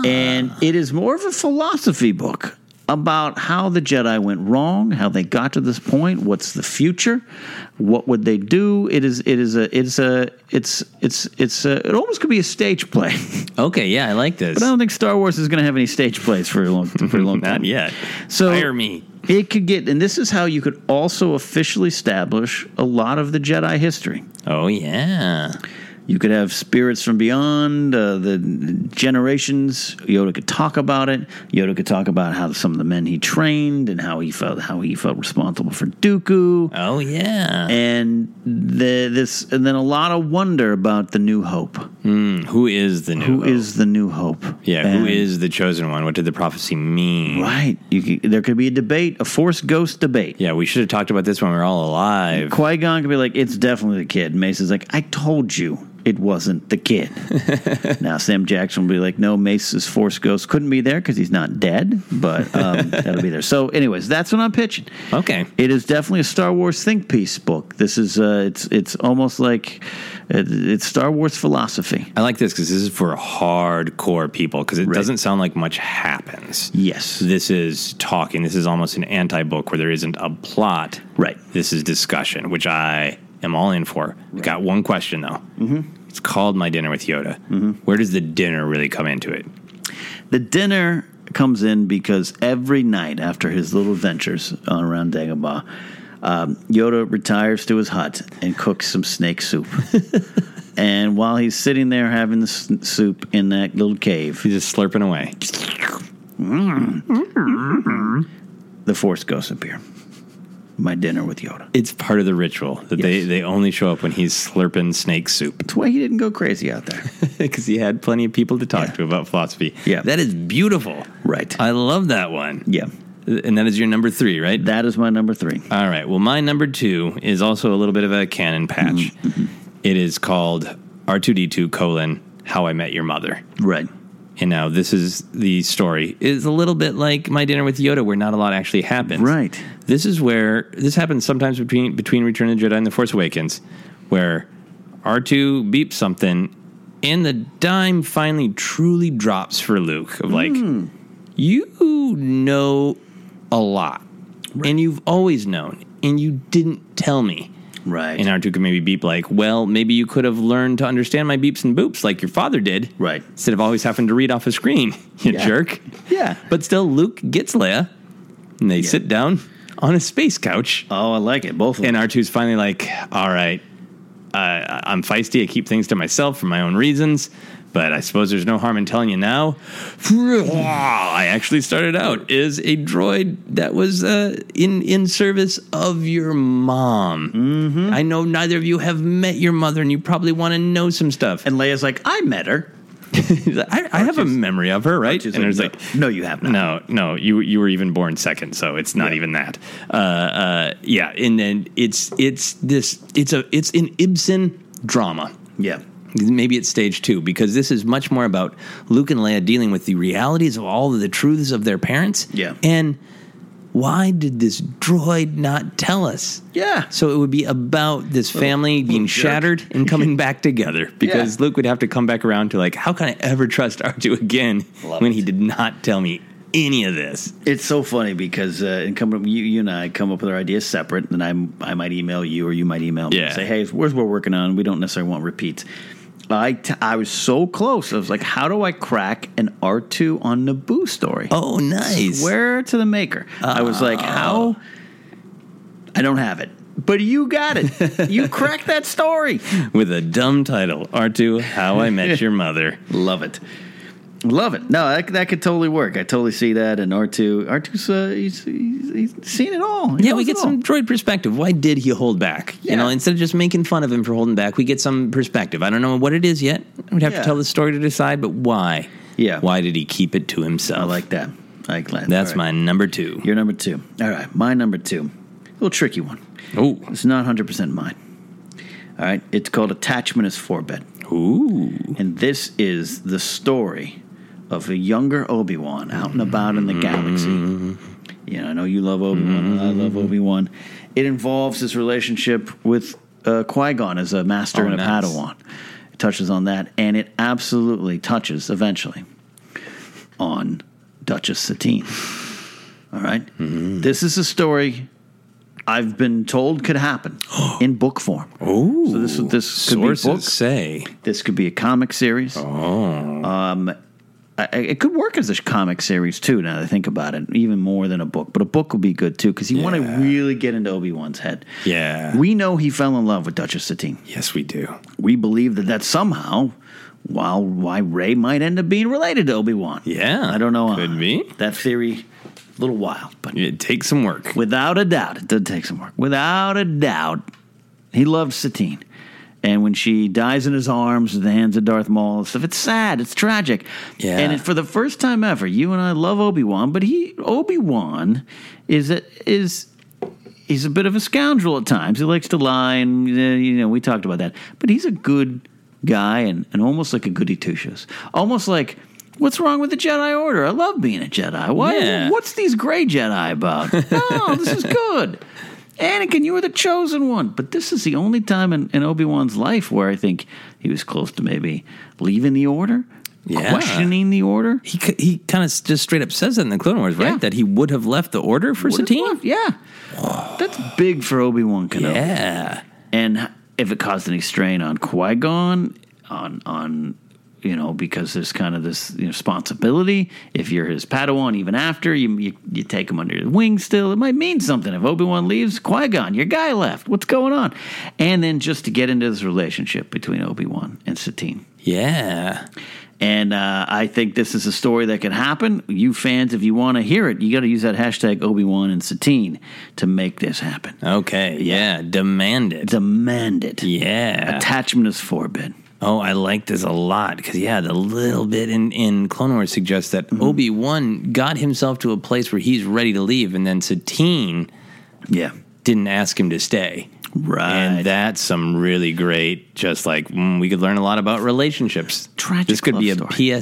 [SPEAKER 5] and it is more of a philosophy book about how the Jedi went wrong, how they got to this point, what's the future, what would they do? It is it is a it's a it's it's it's a, it almost could be a stage play. (laughs)
[SPEAKER 6] Okay, yeah, I like this.
[SPEAKER 5] but I don't think Star Wars is going to have any stage plays for a long for a long
[SPEAKER 6] (laughs) Not
[SPEAKER 5] time.
[SPEAKER 6] yet.
[SPEAKER 5] So
[SPEAKER 6] Hire me.
[SPEAKER 5] It could get and this is how you could also officially establish a lot of the Jedi history.
[SPEAKER 6] Oh yeah.
[SPEAKER 5] You could have spirits from beyond uh, the generations. Yoda could talk about it. Yoda could talk about how some of the men he trained and how he felt how he felt responsible for Dooku.
[SPEAKER 6] Oh yeah.
[SPEAKER 5] And the, this, and then a lot of wonder about the New Hope.
[SPEAKER 6] Mm, who is the new?
[SPEAKER 5] Who is
[SPEAKER 6] hope?
[SPEAKER 5] the New Hope?
[SPEAKER 6] Yeah.
[SPEAKER 5] And-
[SPEAKER 6] who is the chosen one? What did the prophecy mean?
[SPEAKER 5] right? You could, there could be a debate, a Force Ghost debate.
[SPEAKER 6] Yeah, we should have talked about this when we were all alive.
[SPEAKER 5] Qui Gon could be like, "It's definitely the kid." Mace is like, "I told you." It wasn't the kid. now Sam Jackson will be like, "No, Mace's Force Ghost couldn't be there because he's not dead, but um, that'll be there." So, anyways, that's what I'm pitching.
[SPEAKER 6] Okay.
[SPEAKER 5] It is definitely a Star Wars think piece book. This is uh, it's it's almost like it, it's Star Wars philosophy.
[SPEAKER 6] I like this because this is for hardcore people because it
[SPEAKER 5] Right.
[SPEAKER 6] doesn't sound like much happens.
[SPEAKER 5] Yes.
[SPEAKER 6] This is talking. This is almost an anti book where there isn't a plot.
[SPEAKER 5] Right.
[SPEAKER 6] This is discussion, which I am all in for. I got one question though. Mm-hmm. It's called My Dinner with Yoda. Mm-hmm. Where does the dinner really come into it?
[SPEAKER 5] The dinner comes in because every night after his little ventures on around Dagobah, um, Yoda retires to his hut and cooks some snake (laughs) soup. and while he's sitting there having the s- soup in that little cave,
[SPEAKER 6] He's just slurping away.
[SPEAKER 5] the Force ghosts appear. My dinner with Yoda.
[SPEAKER 6] It's part of the ritual that they,
[SPEAKER 5] Yes.
[SPEAKER 6] they only show up when he's slurping snake (laughs) soup.
[SPEAKER 5] That's why he didn't go crazy out there.
[SPEAKER 6] because he had plenty of people to talk
[SPEAKER 5] Yeah.
[SPEAKER 6] to about philosophy.
[SPEAKER 5] Yeah.
[SPEAKER 6] that is beautiful.
[SPEAKER 5] (laughs) Right.
[SPEAKER 6] I love that one.
[SPEAKER 5] yeah.
[SPEAKER 6] and that is your number three, right?
[SPEAKER 5] That is my number three.
[SPEAKER 6] All right. Well, my number two is also a little bit of a canon patch. It is called R two D two colon How I Met Your Mother.
[SPEAKER 5] Right.
[SPEAKER 6] And now this is the story. It's a little bit like my dinner with Yoda, where not a lot actually happens.
[SPEAKER 5] Right.
[SPEAKER 6] This is where this happens sometimes between between Return of the Jedi and the Force Awakens, where R two beeps something, and the dime finally truly drops for Luke of like,
[SPEAKER 5] Hmm.
[SPEAKER 6] you know a lot, and you've always known, and you didn't tell me.
[SPEAKER 5] Right.
[SPEAKER 6] And R2 could maybe beep like, well, maybe you could have learned to understand my beeps and boops like your father did.
[SPEAKER 5] Right.
[SPEAKER 6] Instead of always having to read off a screen, (laughs) you
[SPEAKER 5] Yeah.
[SPEAKER 6] jerk.
[SPEAKER 5] Yeah.
[SPEAKER 6] But still, Luke gets Leia and they sit down on a space couch.
[SPEAKER 5] oh, I like it. Both of
[SPEAKER 6] And
[SPEAKER 5] them.
[SPEAKER 6] R2's finally like, all right, uh, I'm feisty. I keep things to myself for my own reasons, but I suppose there's no harm in telling you now. I actually started out as a droid that was uh, in, in service of your mom. Mm-hmm. I know neither of you have met your mother, and you probably want to know some stuff.
[SPEAKER 5] and Leia's like, I met her.
[SPEAKER 6] (laughs) I, I have a memory of her, right?
[SPEAKER 5] She's
[SPEAKER 6] And it's
[SPEAKER 5] no, no, you have not.
[SPEAKER 6] no, no, you you were even born second, so it's not even that. Uh, uh, yeah, and then it's it's this it's a it's an Ibsen drama.
[SPEAKER 5] Yeah.
[SPEAKER 6] Maybe it's stage two because this is much more about Luke and Leia dealing with the realities of all of the truths of their parents.
[SPEAKER 5] Yeah.
[SPEAKER 6] and why did this droid not tell us?
[SPEAKER 5] Yeah.
[SPEAKER 6] So it would be about this family being
[SPEAKER 5] jerk.
[SPEAKER 6] shattered
[SPEAKER 5] (laughs)
[SPEAKER 6] and coming back together because Luke would have to come back around to like, how can I ever trust R2 again
[SPEAKER 5] Love
[SPEAKER 6] when
[SPEAKER 5] it.
[SPEAKER 6] he did not tell me any of this?
[SPEAKER 5] It's so funny because uh, and come up, you, you and I come up with our ideas separate, and I I might email you or you might email me
[SPEAKER 6] Yeah.
[SPEAKER 5] and say, hey, where's what we're working on? We don't necessarily want repeats. I, t- I was so close. I was like, how do I crack an R2 on Naboo story?
[SPEAKER 6] Oh, nice.
[SPEAKER 5] Swear to the maker. I was like, how? I don't have it. But you got it.
[SPEAKER 6] (laughs)
[SPEAKER 5] you cracked that story.
[SPEAKER 6] With a dumb title R2, How I Met
[SPEAKER 5] (laughs)
[SPEAKER 6] Your Mother.
[SPEAKER 5] Love it. Love it. No, that, that could totally work. I totally see that. And R2, R2's uh, he's, he's, he's seen it all. He
[SPEAKER 6] Yeah, we
[SPEAKER 5] knows
[SPEAKER 6] get
[SPEAKER 5] it all.
[SPEAKER 6] some droid perspective. Why did he hold back? You
[SPEAKER 5] Yeah.
[SPEAKER 6] know, instead of just making fun of him for holding back, we get some perspective. I don't know what it is yet. We'd have
[SPEAKER 5] Yeah.
[SPEAKER 6] to tell the story to decide, but why?
[SPEAKER 5] Yeah.
[SPEAKER 6] Why did he keep it to himself?
[SPEAKER 5] I like that. I like that.
[SPEAKER 6] That's
[SPEAKER 5] All
[SPEAKER 6] my
[SPEAKER 5] right.
[SPEAKER 6] number two.
[SPEAKER 5] Your number two. All right, my number two. A little tricky one.
[SPEAKER 6] Oh.
[SPEAKER 5] It's not 100% mine. All right, it's called Attachment is Forbid.
[SPEAKER 6] Ooh.
[SPEAKER 5] And this is the story of a younger Obi Wan out and about in the
[SPEAKER 6] Mm-hmm.
[SPEAKER 5] galaxy. You know, I know you love Obi Wan. I
[SPEAKER 6] Mm-hmm.
[SPEAKER 5] love Obi Wan. It involves his relationship with uh, Qui Gon as a master
[SPEAKER 6] Oh,
[SPEAKER 5] and a
[SPEAKER 6] nice.
[SPEAKER 5] Padawan. It touches on that, and it absolutely touches eventually on Duchess Satine. All right?
[SPEAKER 6] Mm-hmm.
[SPEAKER 5] This is a story I've been told could
[SPEAKER 6] (gasps)
[SPEAKER 5] happen in book form.
[SPEAKER 6] Ooh.
[SPEAKER 5] So this this could
[SPEAKER 6] Sources
[SPEAKER 5] be a book.
[SPEAKER 6] say
[SPEAKER 5] This could be a comic series. Oh. Um, I, I- it could work as a comic series too. Now that I think about it, even more than a book. But a book would be good too because you want to really get into Obi Wan's head.
[SPEAKER 1] Yeah.
[SPEAKER 5] we know he fell in love with Duchess Satine.
[SPEAKER 1] Yes, we do.
[SPEAKER 5] We believe that that somehow, while why Ray might end up being related to Obi Wan.
[SPEAKER 6] Yeah.
[SPEAKER 5] I don't know. uh,
[SPEAKER 6] Could be.
[SPEAKER 5] that theory. A little wild, but
[SPEAKER 6] It takes some
[SPEAKER 5] (laughs)
[SPEAKER 6] work.
[SPEAKER 5] Without a doubt, it did take some work. Without a doubt, he loved Satine. And when she dies in his arms, at the hands of Darth Maul, and stuff, it's sad. It's tragic.
[SPEAKER 6] Yeah.
[SPEAKER 5] And it, for the first time ever, you and I love Obi Wan, but he Obi Wan is a, is he's a bit of a scoundrel at times. He likes to lie, and uh, you know we talked about that. But he's a good guy, and, and almost like a goody two shoes. Almost like, what's wrong with the Jedi Order? I love being a Jedi. Why?
[SPEAKER 6] Yeah.
[SPEAKER 5] What's these gray Jedi about?
[SPEAKER 6] (laughs)
[SPEAKER 5] no, this is good. Anakin, you were the chosen one. But this is the only time in, in Obi Wan's life where I think he was close to maybe leaving the Order,
[SPEAKER 6] Yeah.
[SPEAKER 5] questioning the Order.
[SPEAKER 6] He c- he kind of just straight up says that in the Clone Wars, right?
[SPEAKER 5] Yeah.
[SPEAKER 6] That he would have left the order for
[SPEAKER 5] What is
[SPEAKER 6] Satine.
[SPEAKER 5] left? Yeah. That's big for Obi Wan Kenobi.
[SPEAKER 6] Yeah.
[SPEAKER 5] and if it caused any strain on Qui Gon, on on you know because there's kind of this you know, responsibility. If you're his Padawan, even after you, you you take him under your wing, still it might mean something. If Obi Wan leaves, Qui Gon, your guy left. What's going on? And then just to get into this relationship between Obi Wan and Satine.
[SPEAKER 6] Yeah.
[SPEAKER 5] And uh, I think this is a story that can happen. You fans, if you want to hear it, you got to use that hashtag Obi Wan and Satine to make this happen.
[SPEAKER 6] Okay. Yeah. Demand it.
[SPEAKER 5] Demand it.
[SPEAKER 6] yeah.
[SPEAKER 5] Attachment is forbid.
[SPEAKER 6] Oh, I like this a lot because yeah, the little bit in in Clone Wars suggests that Obi Wan got himself to a place where he's ready to leave, and then Satine
[SPEAKER 5] Yeah.
[SPEAKER 6] didn't ask him to stay.
[SPEAKER 5] Right.
[SPEAKER 6] And that's some really great, just like mm, we could learn a lot about relationships.
[SPEAKER 5] Tragic
[SPEAKER 6] This could
[SPEAKER 5] love
[SPEAKER 6] be a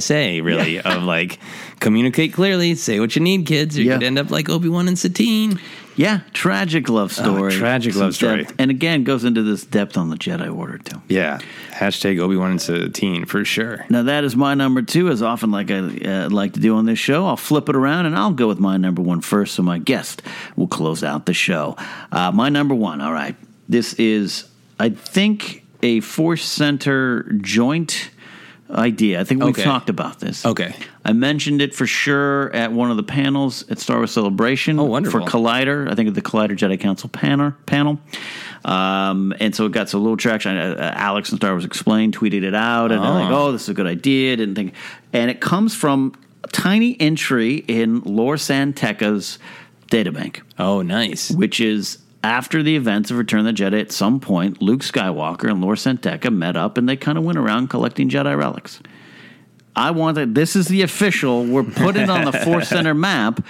[SPEAKER 5] story.
[SPEAKER 6] PSA, really, of like communicate clearly, say what you need, kids. or You
[SPEAKER 5] Yeah.
[SPEAKER 6] could end up like Obi Wan and Satine.
[SPEAKER 5] yeah, tragic love story.
[SPEAKER 1] tragic love
[SPEAKER 5] Some depth.
[SPEAKER 1] story.
[SPEAKER 5] And again, goes into this depth on the Jedi Order, too.
[SPEAKER 1] Yeah.
[SPEAKER 6] Hashtag Obi Wan and Satine for sure.
[SPEAKER 5] Now, that is my number two, as often like I uh, like to do on this show. I'll flip it around and I'll go with my number one first, so my guest will close out the show. Uh, my number one, all right. This is, I think, a Force Center joint idea. I think we've
[SPEAKER 6] Okay.
[SPEAKER 5] talked about this.
[SPEAKER 6] Okay.
[SPEAKER 5] I mentioned it for sure at one of the panels at Star Wars Celebration.
[SPEAKER 6] Oh, wonderful.
[SPEAKER 5] For Collider, I think at the Collider Jedi Council panel. panel. Um, and so it got some little traction. Uh, uh, Alex and Star Wars Explained tweeted it out, and they're like, "Oh, this is a good idea." Didn't think, and it comes from a tiny entry in Lore Santeca's databank
[SPEAKER 6] Oh, nice.
[SPEAKER 5] which is after the events of Return of the Jedi, at some point, Luke Skywalker and Lor Santeca met up and they kind of went around collecting Jedi relics. I want that. This is the official. We're putting on the Force Center map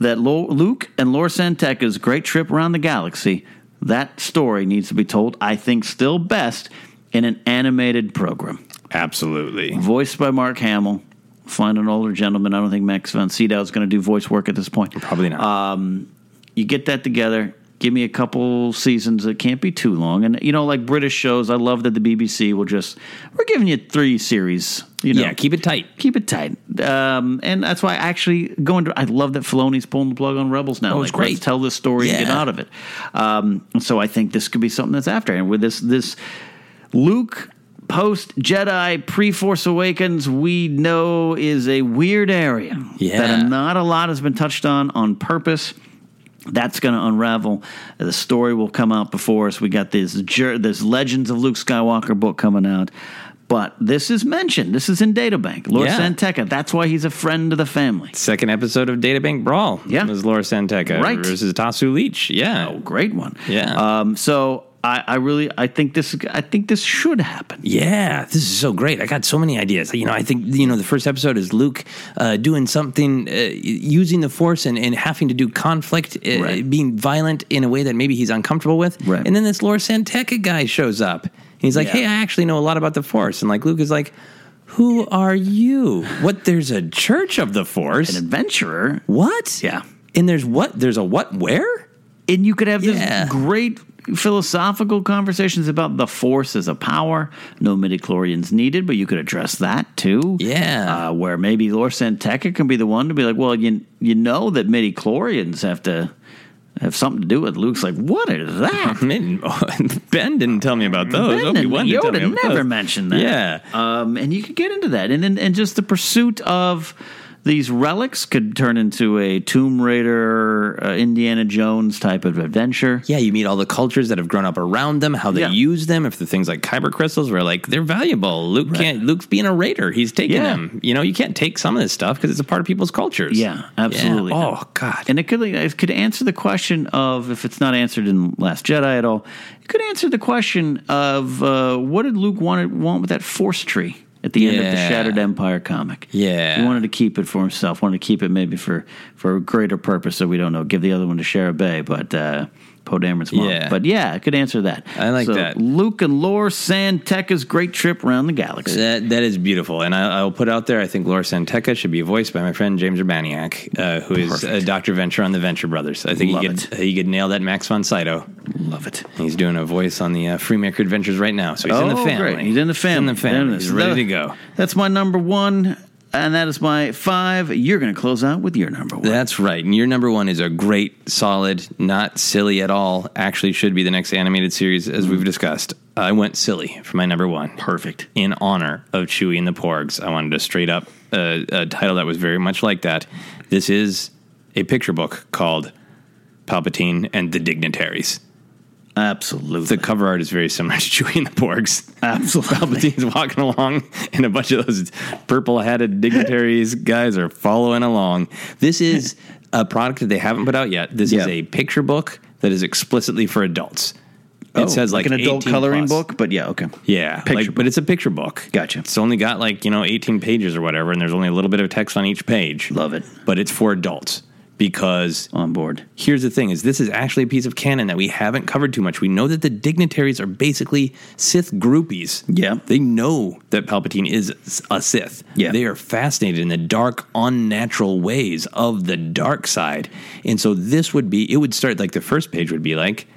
[SPEAKER 5] that Lo- Luke and Lor Santeca's great trip around the galaxy. That story needs to be told. I think still best in an animated program
[SPEAKER 1] Absolutely.
[SPEAKER 5] voiced by Mark Hamill. Find an older gentleman. I don't think Max von Sydow is going to do voice work at this point.
[SPEAKER 6] Probably not.
[SPEAKER 5] You get that together. Give me a couple seasons. It can't be too long. And you know, like British shows, I love that the BBC will just we're giving you three series. You know,
[SPEAKER 6] yeah, keep it tight.
[SPEAKER 5] keep it tight. Um, and that's why I actually going to. I love that Filoni's pulling the plug on Rebels now.
[SPEAKER 6] Oh, it's
[SPEAKER 5] Like, let's
[SPEAKER 6] great.
[SPEAKER 5] tell this story and get
[SPEAKER 6] Yeah.
[SPEAKER 5] out of it. Um, and so I think this could be something that's after. And with this, this Luke post Jedi pre Force Awakens, we know is a weird area
[SPEAKER 6] Yeah.
[SPEAKER 5] that not a lot has been touched on on purpose that's going to unravel. The story will come out before us. We got this jur- this Legends of Luke Skywalker book coming out. But this is mentioned. This is in Databank. Lord
[SPEAKER 6] Yeah.
[SPEAKER 5] Santeca. That's why he's a friend of the family.
[SPEAKER 6] Second episode of Databank Brawl.
[SPEAKER 5] Yeah.
[SPEAKER 6] was Laura Santeca
[SPEAKER 5] Right.
[SPEAKER 6] versus Tasu Leach. Yeah.
[SPEAKER 5] Oh, great one.
[SPEAKER 6] Yeah.
[SPEAKER 5] Um, so I, I really I think this I think this should happen.
[SPEAKER 6] Yeah, this is so great. I got so many ideas. You know, I think you know the first episode is Luke uh, doing something uh, using the Force and, and having to do conflict, uh,
[SPEAKER 5] Right.
[SPEAKER 6] being violent in a way that maybe he's uncomfortable with.
[SPEAKER 5] Right.
[SPEAKER 6] And then this Laura Santeca guy shows up. And he's like,
[SPEAKER 5] Yeah.
[SPEAKER 6] "Hey, I actually know a lot about the Force." And like Luke is like, "Who are you? What? There's a Church of the Force?
[SPEAKER 5] An adventurer.
[SPEAKER 6] what?
[SPEAKER 5] Yeah.
[SPEAKER 6] And there's what? There's a what? Where?
[SPEAKER 5] And you could have this
[SPEAKER 6] Yeah.
[SPEAKER 5] great philosophical conversations about the force as a power. No midichlorians needed, but you could address that too.
[SPEAKER 6] Yeah.
[SPEAKER 5] Uh, where maybe Lor Santeca can be the one to be like, well, you you know that midichlorians have to have something to do with. Luke's like, what is
[SPEAKER 6] (laughs)
[SPEAKER 5] that?
[SPEAKER 6] (laughs) ben didn't tell me about those.
[SPEAKER 5] Ben and
[SPEAKER 6] Obi-Wan didn't tell me
[SPEAKER 5] Yoda
[SPEAKER 6] about
[SPEAKER 5] never
[SPEAKER 6] those.
[SPEAKER 5] mentioned that.
[SPEAKER 6] Yeah.
[SPEAKER 5] um, and you could get into that, and and, and just the pursuit of these relics could turn into a Tomb Raider, uh, Indiana Jones type of adventure.
[SPEAKER 6] Yeah, you meet all the cultures that have grown up around them, how they
[SPEAKER 5] Yeah.
[SPEAKER 6] use them. If the things like kyber crystals were like they're valuable, Luke can't. Luke's being a raider; he's taking
[SPEAKER 5] Yeah.
[SPEAKER 6] them. You know, you can't take some of this stuff because it's a part of people's cultures.
[SPEAKER 5] Yeah, absolutely.
[SPEAKER 6] Oh God.
[SPEAKER 5] And it could it could answer the question of if it's not answered in Last Jedi at all, it could answer the question of uh, what did Luke want want with that Force tree at the end of the
[SPEAKER 6] Yeah.
[SPEAKER 5] Shattered Empire comic?
[SPEAKER 6] Yeah.
[SPEAKER 5] he wanted to keep it for himself. Wanted to keep it maybe for for a greater purpose that we don't know. Give the other one to Shara Bay, but uh, Poe Dameron's mom.
[SPEAKER 6] Yeah.
[SPEAKER 5] But yeah, it could answer that.
[SPEAKER 6] I like
[SPEAKER 5] So,
[SPEAKER 6] that.
[SPEAKER 5] Luke and Lore Santeca's great trip around the galaxy.
[SPEAKER 6] That that is beautiful, and I, I will put out there. I think Laura Santeca should be voiced by my friend James Urbaniak, uh, who is uh, Doctor Venture on the Venture Brothers. I think
[SPEAKER 5] Love
[SPEAKER 6] he could he could nail that Max von Sydow.
[SPEAKER 5] Love it.
[SPEAKER 6] He's doing a voice on the uh, Freemaker Adventures right now, so he's in the
[SPEAKER 5] Oh,
[SPEAKER 6] family.
[SPEAKER 5] great. He's in the family.
[SPEAKER 6] He's in the family.
[SPEAKER 5] There it is.
[SPEAKER 6] He's ready to
[SPEAKER 5] That-
[SPEAKER 6] go.
[SPEAKER 5] That's my number one, and that is my five. You're going to close out with your number one.
[SPEAKER 6] That's right. And your number one is a great, solid, not silly at all. Actually, should be the next animated series, as we've discussed. I went silly for my number one.
[SPEAKER 5] Perfect.
[SPEAKER 6] In honor of Chewie and the Porgs, I wanted a straight up uh, a title that was very much like that. This is a picture book called Palpatine and the Dignitaries.
[SPEAKER 5] Absolutely.
[SPEAKER 6] The cover art is very similar (laughs) to Chewie and the Porgs.
[SPEAKER 5] Absolutely.
[SPEAKER 6] (laughs) Palpatine's walking along, and a bunch of those purple
[SPEAKER 5] (laughs)
[SPEAKER 6] hatted dignitaries guys are following along. This is a product that they haven't put out yet. This
[SPEAKER 5] Yeah.
[SPEAKER 6] is a picture book that is explicitly for adults. It says like,
[SPEAKER 5] Oh, an adult
[SPEAKER 6] 18
[SPEAKER 5] coloring
[SPEAKER 6] plus.
[SPEAKER 5] book, but yeah, okay.
[SPEAKER 6] Yeah,
[SPEAKER 5] Picture
[SPEAKER 6] like,
[SPEAKER 5] book.
[SPEAKER 6] but it's a picture book.
[SPEAKER 5] Gotcha.
[SPEAKER 6] It's only got like you know eighteen pages or whatever, and there's only a little bit of text on each page.
[SPEAKER 5] Love it.
[SPEAKER 6] but it's for adults because
[SPEAKER 5] On board.
[SPEAKER 6] here's the thing is this is actually a piece of canon that we haven't covered too much we know that the dignitaries are basically sith groupies
[SPEAKER 5] Yeah.
[SPEAKER 6] they know that palpatine is a sith
[SPEAKER 5] Yeah.
[SPEAKER 6] they are fascinated in the dark unnatural ways of the dark side and so this would be it would start like the first page would be like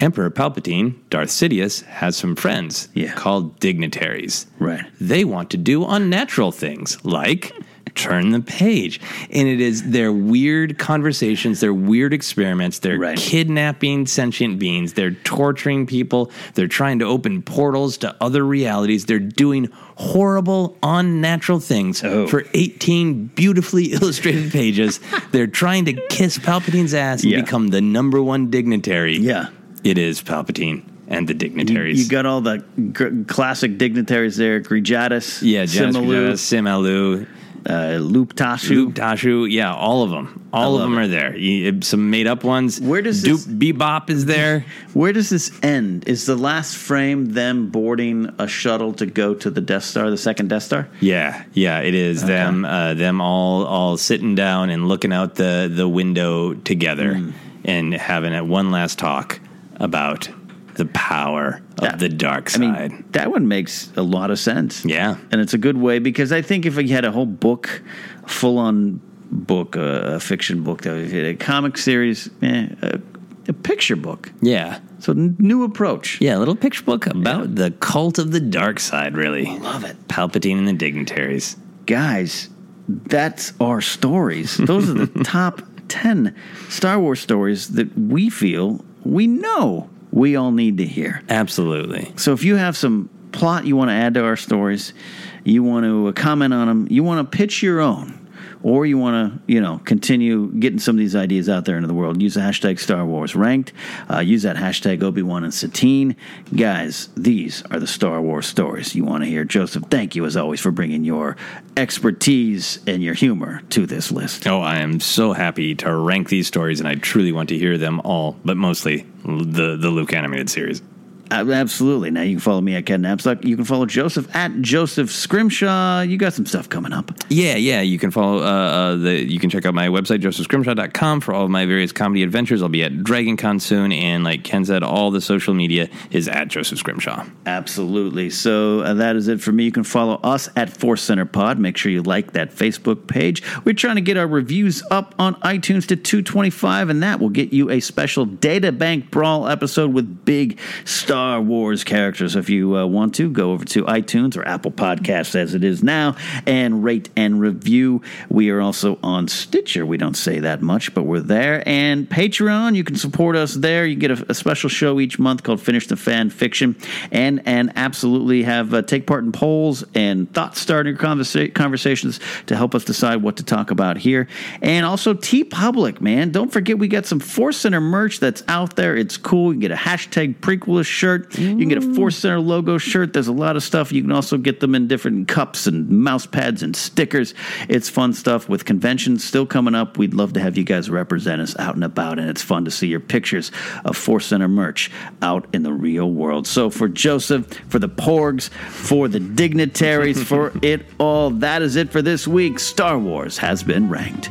[SPEAKER 6] emperor palpatine darth sidious has some friends
[SPEAKER 5] Yeah.
[SPEAKER 6] called dignitaries
[SPEAKER 5] Right.
[SPEAKER 6] they want to do unnatural things like turn the page. And it is their weird conversations, their weird experiments, they're
[SPEAKER 5] Right.
[SPEAKER 6] kidnapping sentient beings, they're torturing people, they're trying to open portals to other realities, they're doing horrible, unnatural things
[SPEAKER 5] Oh.
[SPEAKER 6] for 18 beautifully (laughs) illustrated pages. they're trying to kiss Palpatine's ass and
[SPEAKER 5] Yeah.
[SPEAKER 6] become the number one dignitary.
[SPEAKER 5] Yeah.
[SPEAKER 6] It is Palpatine and the
[SPEAKER 5] You,
[SPEAKER 6] dignitaries.
[SPEAKER 5] you got all the gr- classic dignitaries there Grijatis,
[SPEAKER 6] yeah, Janis
[SPEAKER 5] Simalu,
[SPEAKER 6] Simalu, Simalu,
[SPEAKER 5] uh, Loop Tashu.
[SPEAKER 6] Dupe Dashu, yeah, all of them, all of
[SPEAKER 5] love
[SPEAKER 6] them are there. You- some made up ones.
[SPEAKER 5] Where does
[SPEAKER 6] Dupe
[SPEAKER 5] this-
[SPEAKER 6] Bebop is
[SPEAKER 5] (laughs)
[SPEAKER 6] there?
[SPEAKER 5] Where does this end? Is the last frame them boarding a shuttle to go to the Death Star, the second Death Star?
[SPEAKER 6] yeah, yeah, it is them. Uh, them all all sitting down and looking out the the window together
[SPEAKER 5] Hmm.
[SPEAKER 6] and having a one last talk about the power of
[SPEAKER 5] Yeah.
[SPEAKER 6] the dark
[SPEAKER 5] I
[SPEAKER 6] side.
[SPEAKER 5] mean, that one makes a lot of sense.
[SPEAKER 6] Yeah.
[SPEAKER 5] And it's a good way because I think if you had a whole book, full on book, uh, a fiction book, that if you had a comic series, eh, a, a picture book.
[SPEAKER 6] yeah,
[SPEAKER 5] So, n- new approach.
[SPEAKER 6] yeah, a little picture book about the cult of the dark side. Really
[SPEAKER 5] Love it.
[SPEAKER 6] Palpatine and the dignitaries.
[SPEAKER 5] Guys, that's our stories. Those are
[SPEAKER 6] (laughs)
[SPEAKER 5] the top 10 Star Wars stories that we feel we know we all need to hear.
[SPEAKER 6] Absolutely.
[SPEAKER 5] So if you have some plot you want to add to our stories, you want to uh, comment on them, you want to pitch your own, or you want to, you know, continue getting some of these ideas out there into the world, use the hashtag Star Wars Ranked. Uh, use that hashtag Obi Wan and Satine. Guys, these are the Star Wars stories you want to hear. Joseph, thank you as always for bringing your expertise and your humor to this list.
[SPEAKER 6] Oh, I am so happy to rank these stories, and I truly want to hear them all, but mostly the the Luke animated series.
[SPEAKER 5] Uh, Absolutely. Now you can follow me at Ken Napsuck. You can follow Joseph at Joseph Scrimshaw. You got some stuff coming up.
[SPEAKER 6] Yeah, yeah. You can follow uh, uh, the. You can check out my website josephscrimshaw.com for all of my various comedy adventures. I'll be at DragonCon soon, and like Ken said, all the social media is at Joseph Scrimshaw.
[SPEAKER 5] Absolutely. So uh, that is it for me. You can follow us at Force Center Pod. Make sure you like that Facebook page. We're trying to get our reviews up on iTunes to 225, and that will get you a special data bank brawl episode with big Star Star Wars character. So if you uh, want to, go over to iTunes or Apple Podcasts as it is now and rate and review. We are also on Stitcher. We don't say that much, but we're there. And Patreon, you can support us there. You get a, a special show each month called Finish the Fan Fiction and and absolutely have uh, take part in polls and thought starter conversa- conversations to help us decide what to talk about here. And also T Public, man. Don't forget we got some Force Center merch that's out there. It's cool. You can get a hashtag prequelist shirt. You can get a Force Center logo shirt. There's a lot of stuff. You can also get them in different cups and mouse pads and stickers. It's fun stuff with conventions still coming up. We'd love to have you guys represent us out and about, and it's fun to see your pictures of Force Center merch out in the real world. So for Joseph, for the Porgs, for the dignitaries, for it all, that is it for this week. Star Wars has been ranked.